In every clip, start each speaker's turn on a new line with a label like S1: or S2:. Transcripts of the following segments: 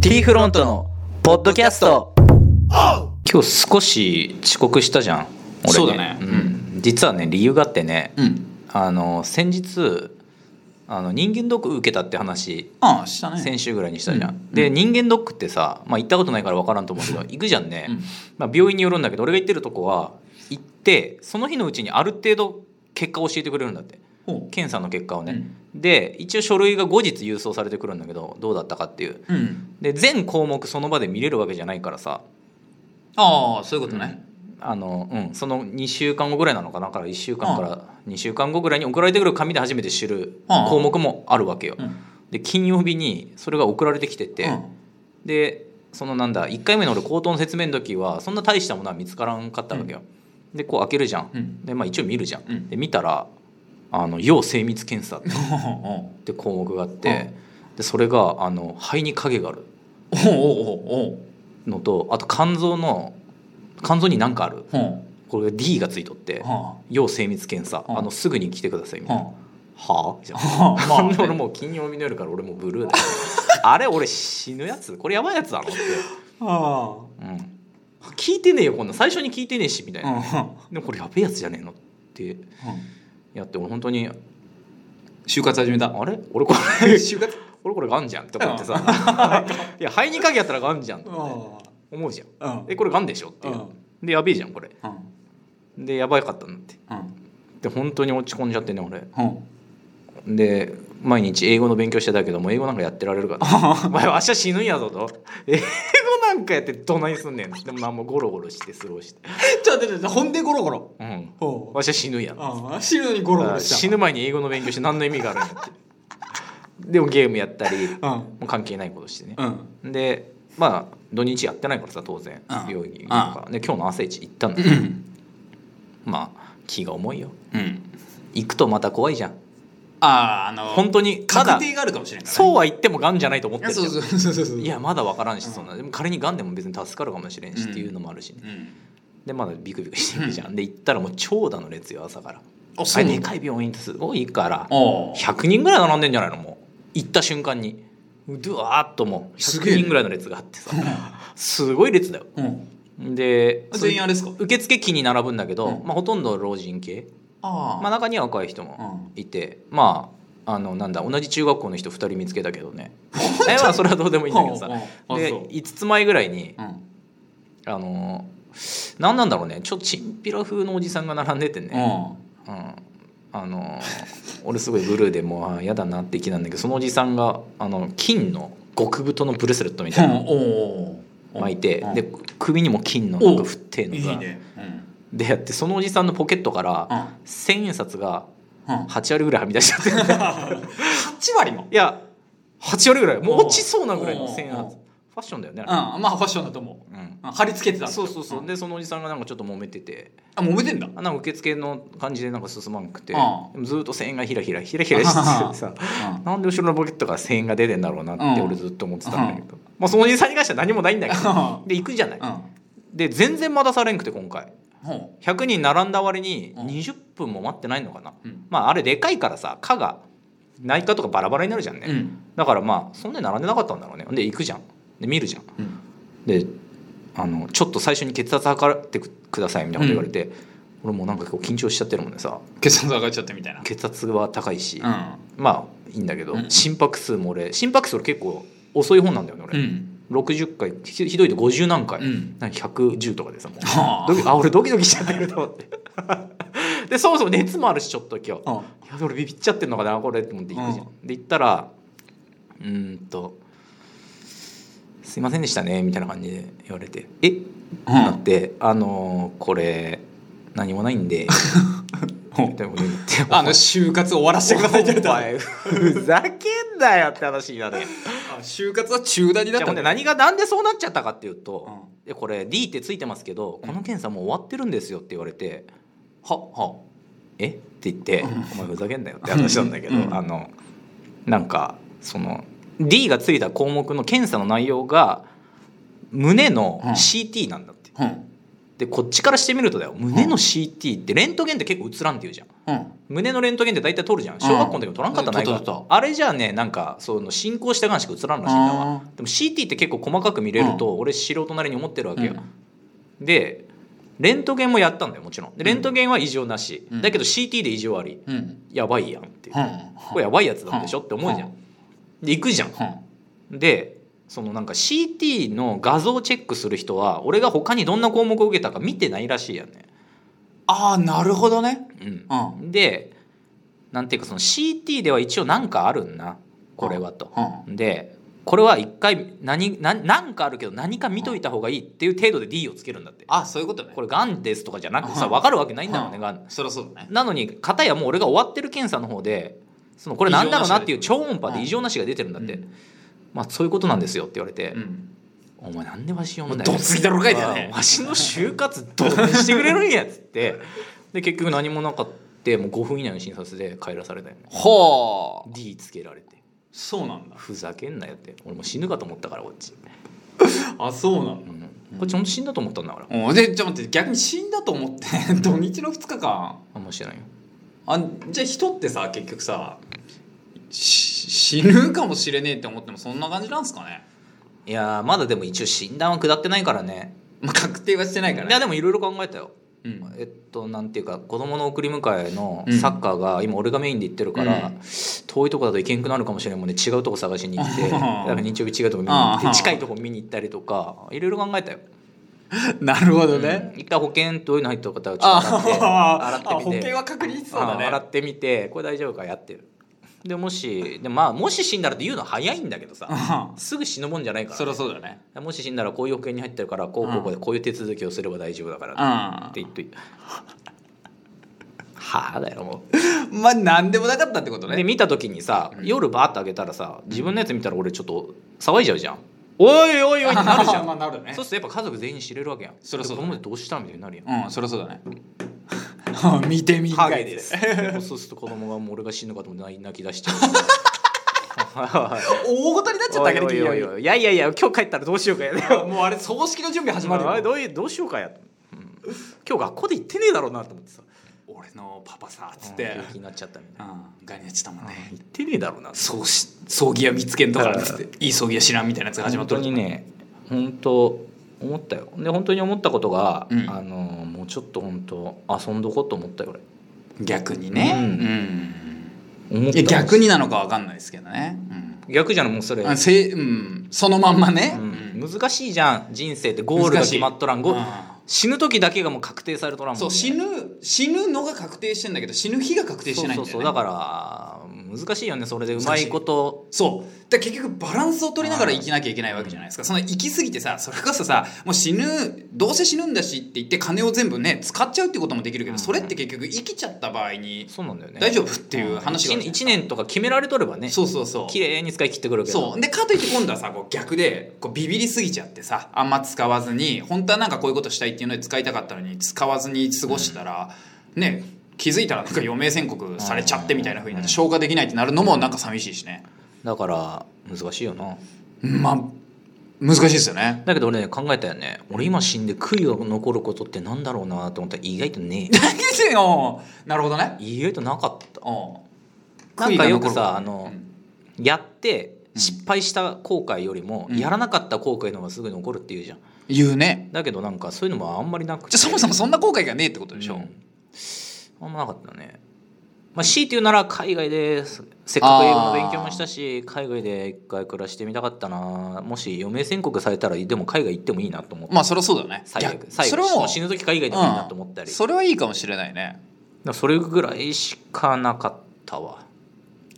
S1: T フロントのポッドキャスト今日少し遅刻したじゃん俺
S2: そうだね
S1: ん
S2: う
S1: 実はね理由があってね、
S2: うん
S1: あの先日あの人間ドック受けたって話
S2: ああしたね
S1: 先週ぐらいにしたじゃん、
S2: うん
S1: で人間ドックってさ、まあ、行ったことないから分からんと思うけど行くじゃんね、
S2: うん
S1: まあ、病院によるんだけど俺が行ってるとこは行ってその日のうちにある程度結果を教えてくれるんだって
S2: ほう
S1: 検査の結果をね、で一応書類が後日郵送されてくるんだけどどうだったかっていう
S2: うん
S1: で全項目その場で見れるわけじゃないからさ
S2: ああそういうことね、
S1: あの、うん、その2週間後ぐらいなのかなだから1週間から2週間後ぐらいに送られてくる紙で初めて知る
S2: うん
S1: 項目もあるわけよ、
S2: うん
S1: で金曜日にそれが送られてきてて、
S2: うん
S1: でそのなんだ1回目の俺口頭の説明の時はそんな大したものは見つからんかったわけよ、でこう開けるじゃん、
S2: うん
S1: でまあ一応見るじゃん、
S2: うん
S1: で見たらあの要精密検査っ
S2: ほうほ
S1: て項目があって、でそれがあの肺に影がある
S2: うほうほう
S1: のとあと肝臓の肝臓に何かある
S2: ほうほうほ
S1: これ D がついとって
S2: うは
S1: 要精密検査
S2: うん
S1: あのすぐに来てくださいみ
S2: あ
S1: たいな
S2: は
S1: はあじゃ
S2: あはあまあ
S1: あ
S2: ね
S1: 俺もう金曜日の夜から俺もうブルーだよ あれ俺死ぬやつこれやばいやつだろって、
S2: あ
S1: うん、聞いてねえよこんな最初に聞いてねえしみたい
S2: あうん
S1: な、
S2: うん
S1: でもこれやべえやつじゃねえのってやって俺本当に
S2: 就活始めた
S1: あれ 俺これ
S2: 就活
S1: 俺これがんじゃんって思ってさいや肺に影やったらがんじゃんって
S2: う
S1: 思うじゃん
S2: んうん
S1: えこれがんでしょっていう、でやべえじゃんこれ
S2: うん
S1: でやばかったんだって
S2: うん
S1: で本当に落ち込んじゃってね俺
S2: うん
S1: で毎日英語の勉強してたけどもう英語なんかやってられる からお前明日死ぬんやぞと英語なんかやってどないすんねんでもなんもゴロゴロしてスローして
S2: ちょっと待って本でゴロゴロ
S1: うん
S2: ほ
S1: わしは死ぬやろ
S2: ああ死ぬのにゴロゴロした
S1: 死ぬ前に英語の勉強して何の意味があるんだってでもゲームやったりも
S2: うん
S1: う関係ないことしてね
S2: うん
S1: でまあ土日やってないからさ当然
S2: うん
S1: 病院に行くからで今日の朝一行ったんだ
S2: う
S1: よ
S2: ん
S1: まあ気が重いよ
S2: うん
S1: 行くとまた怖いじゃん
S2: あああの
S1: 本当にま
S2: 確
S1: だ
S2: 定があるかもしれないからね
S1: そうは言ってもがんじゃないと思ってるじゃん
S2: そうそうそうそうそう
S1: いやまだ分からんしそんなでも仮にがんでも別に助かるかもしれんし
S2: うん
S1: っていうのもあるしね
S2: うん
S1: でまだビクビクしてるじゃんで行ったらもう長蛇の列よ朝から
S2: あ
S1: あれでかい病院ってすごいから
S2: あ
S1: 100人ぐらい並んでんじゃないのもう行った瞬間にうわーっともう
S2: すげえ
S1: 100人ぐらいの列があってさすごい列だよ
S2: あうん
S1: で
S2: 全員あれですか
S1: 受付機に並ぶんだけど、
S2: うん
S1: まあ、ほとんど老人系、
S2: あ
S1: まあ、中には若い人もいて、まああのなんだ同じ中学校の人2人見つけたけどねえまあそれはどうでもいいんだけどさ
S2: あ
S1: で
S2: そう
S1: 5つ前ぐらいに
S2: うん
S1: あのー何なんだろうねちょっとチンピラ風のおじさんが並んでて
S2: う
S1: ね、
S2: ん
S1: うんあのー俺すごいブルーでもうあーやだなって気なんだけどそのおじさんがあの金の極太のブレスレットみたいなの
S2: おお
S1: 巻いて
S2: うん
S1: で首にも金のなんか振ってんの
S2: いい
S1: が
S2: ね
S1: でやってそのおじさんのポケットから
S2: 8
S1: 千円札が8割ぐらいはみ出しちゃって
S2: 割も
S1: いや8割ぐらいもう
S2: おう
S1: 落ちそうなぐらいの千円
S2: おうおう
S1: 札ファッションだよね
S2: うん
S1: あ
S2: まあファッションだと思
S1: れうん
S2: ううん貼り付けてた
S1: そうそうそうんでそのおじさんがなんかちょっと揉めてて
S2: あ揉めてんだ
S1: あなんか受付の感じでなんか進まんくて、
S2: ああ
S1: でもずっと千円がひらひらひらひらしててさ なんで後ろのポケットから千円が出てんだろうなって
S2: うん
S1: 俺ずっと思ってたんだけど、まあ、そのおじさんに関しては何もないんだけどで行くじゃない、
S2: うん
S1: で全然待たされんくて今回
S2: ほ
S1: 100人並んだ割に
S2: うん
S1: 20分も待ってないのかな、
S2: ううん
S1: まああれでかいからさ「か」が内科とかバラバラになるじゃんね、
S2: うん
S1: だからまあそんなに並んでなかったんだろうねで行くじゃんで見るじゃん
S2: うん
S1: であの「ちょっと最初に血圧測ってくください」みたいなこと言われて、俺もうなんかこう緊張しちゃってるもんでさ
S2: 血圧上がっちゃってみたいな
S1: 血圧は高いし、
S2: う
S1: まあいいんだけど、
S2: うん
S1: 心拍数も俺心拍数俺結構遅い方なんだよね
S2: んう
S1: 俺、
S2: ん
S1: 60回ひひどいと50何回、
S2: うん
S1: なんか110とか でさもう
S2: は
S1: ドキあ俺ドキドキしちゃってると思って でそもそも熱もあるしちょっと今日
S2: あう
S1: い
S2: ん
S1: や俺ビビっちゃってんのかなこれって思って行くじゃん、で行ったらうーんと「すいませんでしたね」みたいな感じで言われて「えっ?」てなって「あのーこれ何もないんで」
S2: うん
S1: みたいなこと言 って
S2: あの就活終わらせてくださいって言われ
S1: お
S2: た
S1: 前 ふざけんなよって話になるやん
S2: あ就活は中断に
S1: じゃ
S2: なっ
S1: あ
S2: た
S1: ほん
S2: ん
S1: で
S2: だ
S1: 何がなんでそうなっちゃったかっていうと「でこれ D ってついてますけどこの検査もう終わってるんですよ」って言われて「ははえっ?」て言って
S2: うん
S1: 「お前ふざけんなよ」って話なんだけど、
S2: うん
S1: あのなんかその D がついた項目の検査の内容が胸の
S2: うん
S1: CT なんだって。
S2: うん
S1: でこっちからしてみるとだよ胸の CT ってレントゲンって結構映らんって言うじゃん
S3: うん
S1: 胸のレントゲンって大体撮るじゃん小学校の時も撮らんかったな
S3: うん
S1: いから
S3: 撮った撮っ
S1: あれじゃあねなんかその進行したがんしか映らんらしいんだわ
S3: あ
S1: でも CT って結構細かく見れると俺素人なりに思ってるわけよ、でレントゲンもやったんだよもちろんでレントゲンは異常なし、
S3: うん
S1: だけど CT で異常あり
S3: うんうん
S1: やばいやんっていう、
S3: うん
S1: これやばいやつなんでしょって思うじゃん、
S3: う
S1: で行くじゃんでそのなんか CT の画像をチェックする人は俺が他にどんな項目を受けたか見てないらしいやんね
S3: ああなるほどね
S1: うん
S3: うん
S1: でなんていうかその CT では一応なんかあるんなこれはと。
S3: うん
S1: でこれは一回何何何かあるけど何か見といた方がいいっていう程度で D をつけるんだって
S3: あそういうことね
S1: これがんですとかじゃなくてさ
S3: うん
S1: 分かるわけないんだもんねがん
S3: そりゃそうだね
S1: なのに片やもう俺が終わってる検査の方でそのこれ何だろうなっていう
S2: 異
S1: 超音波で異常なしが出てるんだって、まあそういうことなんですよって言われて、
S3: うん
S1: お前なんでわし読むんだ
S3: どついだろかいだよね
S1: ああわしの就活どうにしてくれるんやっつってで結局何もなかったもう5分以内の診察で帰らされたよね
S3: はあ
S1: D つけられて
S2: そうなんだ
S1: ふざけんなよって俺もう死ぬかと思ったからこっち、
S2: あそうなん
S1: う
S2: だ
S1: ん、こっちほんと死んだと思ったんだから
S3: うんでちょっと待って逆に死んだと思って土日の2日間
S1: あんま知らんよ
S3: あ
S2: じゃあ人ってさ結局さし死ぬかもしれねえって思ってもそんな感じなんすかね、
S1: いやーまだでも一応診断は下ってないからね
S2: まあ、確定はしてないから、
S1: いやでもいろいろ考えたよ
S2: うん
S1: えっとなんていうか子供の送り迎えの
S2: うん
S1: サッカーが今俺がメインで行ってるから、
S2: うん
S1: 遠いとこだと行けんくなるかもしれんもんね違うとこ探しに行ってだ から日曜日違うとこ見に行っ
S2: ああ
S1: て近いとこ見に行ったりとかいろいろ考えたよ、
S2: なるほど
S1: う。ん一回保険どういうの入ってるかちょっと洗 っ
S2: ああ、
S1: て
S2: 保
S1: みて
S2: 険は確認してたんだ
S1: うん洗
S2: ね。
S1: ってみてこれ大丈夫かやってるでもしでまあもし死んだらって言うの早いんだけどさ
S2: あ
S1: すぐ死ぬもんじゃない
S2: あ
S1: から、
S2: そりゃそうだね。
S1: もし死んだらこういう保険に入ってるからこうこうこうでこういう手続きをすれば大丈夫だからって
S2: あ
S1: って言っといてはあだよも
S2: まあ、なんでもなかったってこと
S1: うで
S2: ね。
S1: 見た時にさ夜バーッと開けたらさ自分のやつ見たら俺ちょっと騒いじゃうじゃんおいおいおいってなる じゃん
S2: まあ、なるね
S1: そう。するとやっぱ家族全員知れるわけやん
S2: そりゃそう
S1: で
S2: だ
S1: 子供でどうしたみたいになるやん
S2: うん、そりゃそうだね。ああ 見てみ
S1: ハゲですそうすると子供がもう俺が死ぬかと思って泣き泣き出 しちゃう
S2: 大ごとになっちゃった
S1: おい
S2: から、
S1: おいおいおいいやいやいや今日帰ったらどうしようかやね
S2: 君もうあれ、葬式の準備始まる
S1: あれ
S2: よ。
S1: どういうどうしようかや、うん今日学校で行ってねえだろうなと思ってさ
S2: 俺のパパさ、つっ
S1: うん
S2: て
S1: 病。気になっちゃったみたいな
S2: うん、ガニやちたもんね。
S1: 行ってねえだろうな
S2: 葬し葬儀屋見つけんとかっつって、いい葬儀屋知らんみたいなやつが始まっとる。
S1: 本当にね本当思ったよで本当に思ったことが、
S2: うん
S1: あのもうちょっと本当遊んどこうと思ったよ俺
S2: 逆にね。
S1: う
S2: うんん。
S1: 思っ
S2: い
S1: た
S2: や逆になのかわかんないですけどね。
S1: 逆じゃんもうそれ、
S2: うん。あせうん、そのまんまね。
S1: うん難しいじゃん人生ってゴールが決まっとらんゴ
S2: うん
S1: 死ぬ時だけがもう確定されとらんもん、ね、
S2: そう死ぬ死ぬのが確定してんだけど死ぬ日が確定してないんだよ、
S1: そう
S2: ね、
S1: そうそうだから難しいよねそれでうまいこと
S2: そうだから結局バランスを取りながら生きなきゃいけないわけじゃないですかその行き過ぎてさそれこそさもう死ぬどうせ死ぬんだしって言って金を全部ね使っちゃうってこともできるけどそれって結局生きちゃった場合に
S1: そうなんだよね
S2: 大丈夫っていう話があるじゃない
S1: 1, 年とか決められとればね
S2: そうそうそう
S1: 綺麗に使い切ってくるけど
S2: そうでかといって今度はさこう逆でこうビビりすぎちゃってさあんま使わずに本当はなんかこういうことしたいっていうので使いたかったのに使わずに過ごしたら、ね気づいたらなんか余命宣告されちゃってみたいなふうになって消化できないってなるのもなんか寂しいしね
S1: だから難しいよな
S2: まあ難しいですよね
S1: だけど俺ね考えたよね俺今死んで悔いが残ることってなんだろうなと思ったら意外と ね
S2: よなるほどね
S1: え意外となかった
S2: うん
S1: なんかよく
S2: 悔いが
S1: さあ
S2: 残
S1: の
S2: る、
S1: やって失敗した後悔よりも、やらなかった後悔の方がすぐ残るっていうじゃん
S2: 言うね
S1: だけどなんかそういうのもあんまりなくて
S2: じゃあそもそもそんな後悔がねえってことでしょ、
S1: うんあんまなかったねまあ C っていうなら海外ですせっかく英語の勉強もしたし海外で一回暮らしてみたかったなもし余命宣告されたらでも海外行ってもいいなと思って、
S2: まあそりゃそうだよね
S1: 最悪
S2: 逆
S1: 最悪
S2: それはもう
S1: 死ぬ時海外でもいいなと思ったり、
S2: うんそれはいいかもしれないね
S1: だからそれぐらいしかなかったわ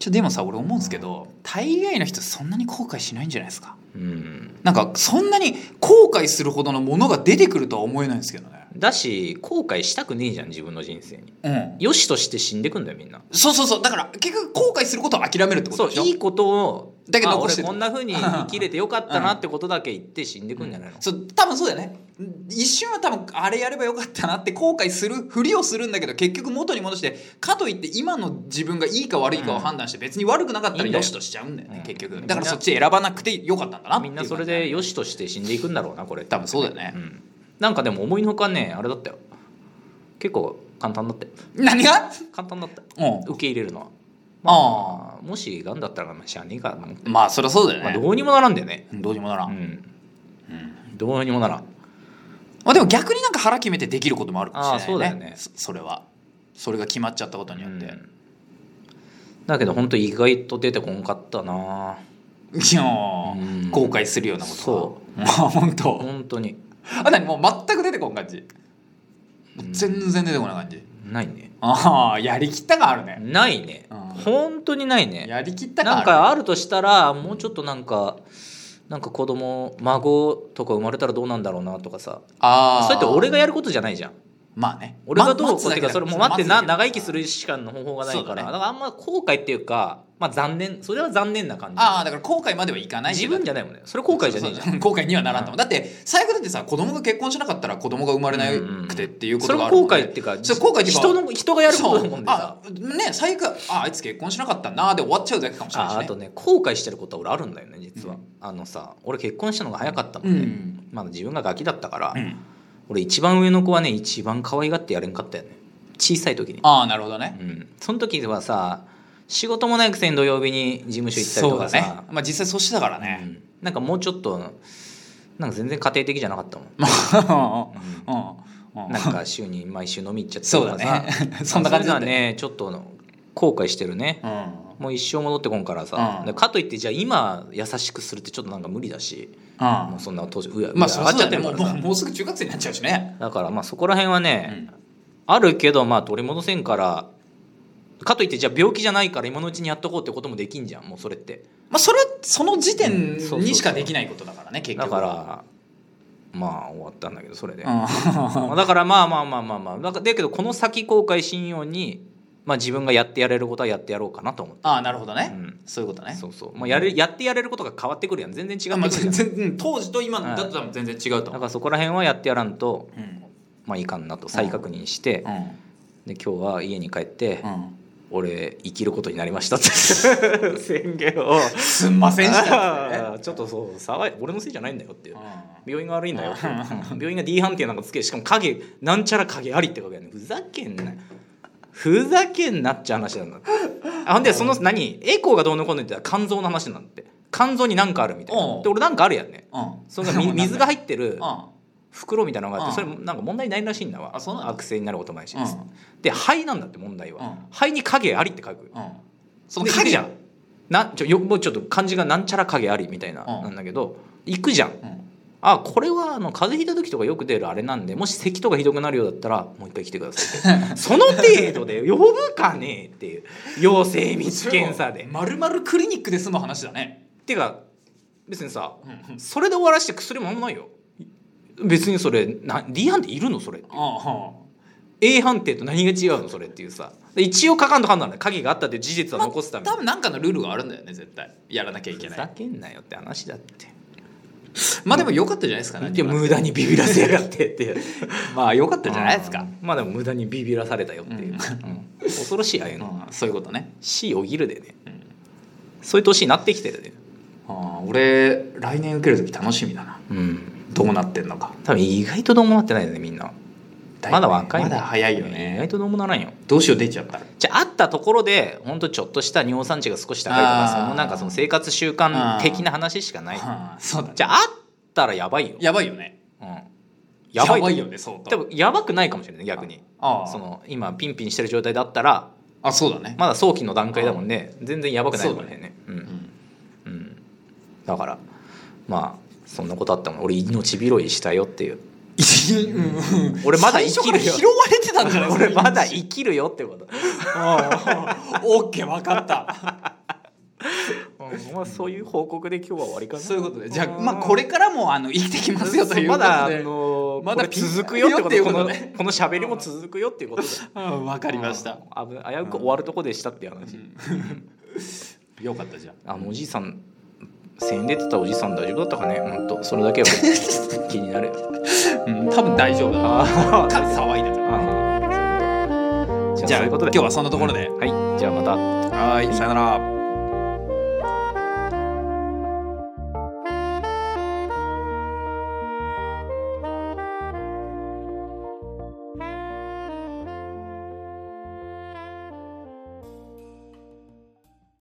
S2: ちょでもさ俺思うんですけど、大概の人そんなに後悔しないんじゃないですか
S1: うん
S2: なんかそんなに後悔するほどのものが出てくるとは思えないんですけどね
S1: だし後悔したくねえじゃん自分の人生に
S2: うん
S1: よしとして死んでくんだよみんな
S2: そうそうそうだから結局後悔することを諦めるってこ
S1: そう
S2: とでしょ
S1: いいことを
S2: だけ
S1: あ
S2: ど残
S1: 俺
S2: してる
S1: こんなふうに生きれてよかったなって ことだけ言って死んでくんじゃないの、
S2: そう多分そうだよね一瞬は多分あれやればよかったなって後悔するふりをするんだけど結局元に戻してかといって今の自分がいいか悪いかを判断して別に悪くなかったら
S1: いいんだ
S2: よ
S1: よ
S2: しとしちゃうんだよね
S1: うん
S2: 結
S1: みん
S2: 局
S1: な
S2: だからそっち選ばなくてよかったんだなっ
S1: み
S2: ていうん感
S1: な
S2: じ
S1: それでよしとして死んでいくんだろうなこれ
S2: 多分そうだよね
S1: うんなんかでも思いのほかねあれだったよ結構簡単だったよ
S2: 何が
S1: 簡単だった
S2: うん
S1: 受け入れるのは
S2: あ
S1: まあもしがんだったらまあしゃあねえかと思って
S2: まあそりゃそうだよね、
S1: まあどうにもならんだよね
S2: どうにもならん、
S1: うん
S2: うん
S1: どうにもならん
S2: まあ、でも逆になんか腹決めてできることもあるかもしれない
S1: あ
S2: ね
S1: ーそうだよね
S2: そそれはそれが決まっちゃったことによって、
S1: うんだけど本当意外と出てこんかったない
S2: やー、
S1: うん
S2: 後悔するようなこと
S1: そ
S2: まあ 本当
S1: 本当に
S2: あ何もう全く出てこん感じもう全然出てこない感じ、
S1: ないね
S2: ああやりきった感あるね、
S1: ないね
S2: うん
S1: 本当にないね
S2: やりきった感ある
S1: なんかあるとしたらもうちょっとなんかなんか子供孫とか生まれたらどうなんだろうなとかさ
S2: ああ
S1: それって俺がやることじゃないじゃん
S2: まあね
S1: 俺がどう
S2: ま
S1: こうっていうかそれもう待ってな長生きするしかの方法がない
S2: そ
S1: か
S2: うだ
S1: ら
S2: ね
S1: だからあんま後悔っていうかまあ残念それは残念な感じ
S2: ああだから後悔まではいかない
S1: 自分じゃないもんねそれ後悔じゃねえじゃん
S2: ん後悔にはならんと思うだって最悪だってさ子供が結婚しなかったら子供が生まれなくてっていうこ
S1: そ
S2: と
S1: れ
S2: が
S1: も
S2: あるも
S1: 後
S2: んね
S1: 悔っていうか
S2: それ後悔っていうか
S1: 人の人がやるこ
S2: そ
S1: とだ
S2: う
S1: もんでさ
S2: あね最悪ああいつ結婚しなかったなで終わっちゃうだけかもしれないし、
S1: あ
S2: ね、
S1: あとね後悔してることは俺あるんだよね実は、
S2: うん
S1: あのさ俺結婚したのが早かったも
S2: うん
S1: ね、
S2: ん、
S1: まだ自分がガキだったから、
S2: うん、
S1: 俺一番上の子はね一番可愛がってやれんかったよね小さい時に
S2: ああなるほどね
S1: うんその時はさ仕事もないくせに土曜日に事務所行ったり
S2: そ
S1: と
S2: う
S1: か
S2: だ
S1: さ
S2: ねまあ実際そうしてたからね、
S1: うんなんかもうちょっとなんか全然家庭的じゃなかったもん、
S2: うん、うん
S1: なんか週に毎週飲み行っちゃった
S2: そ
S1: り
S2: う
S1: と
S2: だ
S1: かさ
S2: ね そんな感じ
S1: そういうのは
S2: だね
S1: ねちょっと後悔してるね、
S2: うん
S1: もう一生戻ってこんからさ、
S2: うん
S1: でかといってじゃあ今優しくするってちょっとなんか無理だし、もうそんな当時うやうや
S2: まあそ
S1: 上
S2: り
S1: が
S2: ゃ
S1: っち
S2: そ
S1: ゃってる
S2: うだねも
S1: から
S2: うもう
S1: さ
S2: もうすぐ中学生になっちゃうしね
S1: だからまあそこら辺は
S2: う
S1: ね、
S2: ん
S1: あるけどまあ取り戻せんからかといってじゃあ病気じゃないから今のうちにやっとこうってこともできんじゃんもうそれって
S2: まあそれはその時点
S1: うんそうそうそう
S2: にしかできないことだからね結
S1: だ
S2: 局
S1: からまあ終わったんだけどそれで、
S2: うん
S1: まあだからまあまあまあまあまあだからだけどこの先後悔しんように、まあ、自分がやってやれることはやってやろうかなと思って、
S2: ああなるほどね、
S1: うん
S2: そういうことね
S1: そうそう、まあ、やれやってやれることが変わってくるやん全然違
S2: あ
S1: う
S2: ま
S1: て
S2: あ
S1: くるや
S2: 全
S1: ん
S2: 然うん当時と今の
S1: うん
S2: だったら全然違う
S1: だか
S2: と思う、
S1: らそこら辺はやってやらんと、
S2: うん
S1: まあ、いかんなと再確認して、で今日は家に帰って、
S2: うんうん、
S1: 俺生きることになりましたって 宣言を
S2: すんませんでしたってね、
S1: あーちょっとそう騒い俺のせいじゃないんだよっていう
S2: う
S1: 病院が悪いんだよっていう
S2: うん
S1: 病院が D 判定なんかつけてしかも影なんちゃら影ありって書くやねふざけんなよふざけんなっちゃう話なんだってあほんでその何エコーがどうのこうのって言ったら肝臓の話なんだって肝臓に何かあるみたいな
S2: うん
S1: で俺なんかあるやんね
S2: んうん、
S1: それがみ水が入ってる
S2: うんあ
S1: 袋みたいなのがあってそれ
S2: う
S1: なんか問題ないらしいんだわ
S2: あそうなの
S1: 悪性になることもないし、
S2: うん
S1: で肺なんだって問題は、
S2: うん
S1: 肺に影ありって書く
S2: うん、その
S1: で
S2: 影
S1: 行くじゃんなちょよもうちょっと漢字がなんちゃら影ありみたいな、
S2: うん
S1: なんだけど行くじゃん
S2: うん
S1: あこれはあの風邪ひいた時とかよく出るあれなんでもし咳とかひどくなるようだったらもう一回来てくださ いってその程度で呼ぶかねえっていう陽性密検査で
S2: まるまるクリニックで済む話だね、
S1: てか別にさ
S2: うんうん
S1: それで終わらして薬もなんもないよ別にそれな D 判定いるのそれ
S2: う
S1: A 判定と何が違うのそれっていうさ一応書かんと判断だ影があったっていう事実は残すた
S2: ん、
S1: めに
S2: 多分なんかのルールがあるんだよね絶対やらなきゃいけ
S1: ふ
S2: な
S1: ざ
S2: い
S1: けんなよって話だって
S2: まあでも良かったじゃないですかね
S1: で無駄にビビらせやがってって
S2: まあ良かった
S1: じ
S2: じ
S1: ゃ
S2: ゃ
S1: な
S2: ない
S1: で
S2: いですす
S1: か
S2: か、
S1: まあでも無駄にビビらされたよっていう、
S2: うん
S1: うん恐ろしいああいうの、
S2: うんそういうことね
S1: C お昼でね、
S2: ん
S1: そういう年になってきてるね
S2: あー俺来年受ける時楽しみだな
S1: うん
S2: どうなってんのか
S1: 多分意外とどうもなってないよねみんなまだ若いも
S2: ま
S1: ん
S2: だ早いよ
S1: 意外
S2: ね
S1: とどうもならんよ
S2: どうしよう出ちゃったら
S1: じゃあ会ったところでほんとちょっとした尿酸値が少し高いと
S2: あ
S1: か
S2: ー
S1: そのなんかその生活習慣的な話しかない
S2: うんそうだね
S1: じゃあ会ったらやばいよ、
S2: やばいよね
S1: うん、
S2: や
S1: や
S2: ば
S1: ば
S2: い
S1: い
S2: よね相当
S1: 多分やばくないかもしれない逆に
S2: ああ
S1: その今ピンピンしてる状態だったら
S2: あそうだね、
S1: まだ早期の段階だもんね全然やばくないもんねね、う
S2: うんん
S1: うん、だからまあそんなことあったもん俺命拾いしたよっていう
S2: うん
S1: 俺まだ生き
S2: 最初から
S1: るよ
S2: 拾われてたんじゃな い
S1: 俺ま だ生きるよってこと、
S2: オッケー分かった
S1: うんまあ、そういう報告で今日は終わりかな
S2: そういうことでじゃあ,、まあこれからもあの生きてきますよという
S1: ま
S2: ことで
S1: だあの
S2: ま
S1: まだ
S2: だ
S1: 続くよってこ
S2: ピン
S1: と
S2: よっていうこと
S1: この
S2: ね
S1: この喋りも続くよっていうことだ
S2: うん分かりました、
S1: あ危危うく終わるとこでしたっていう話、
S2: よかったじゃん
S1: あのおじいさん1000円でってたおじいさん大丈夫だったかね本当それだけは 気になる
S2: うん、多分大丈夫だな
S1: あ
S2: か騒いだから
S1: あ
S2: じ
S1: じゃあそう
S2: ゃあ
S1: いうこと
S2: 今
S1: で
S2: 日はそんなところで、
S1: はいじゃあまた
S2: はいさよなら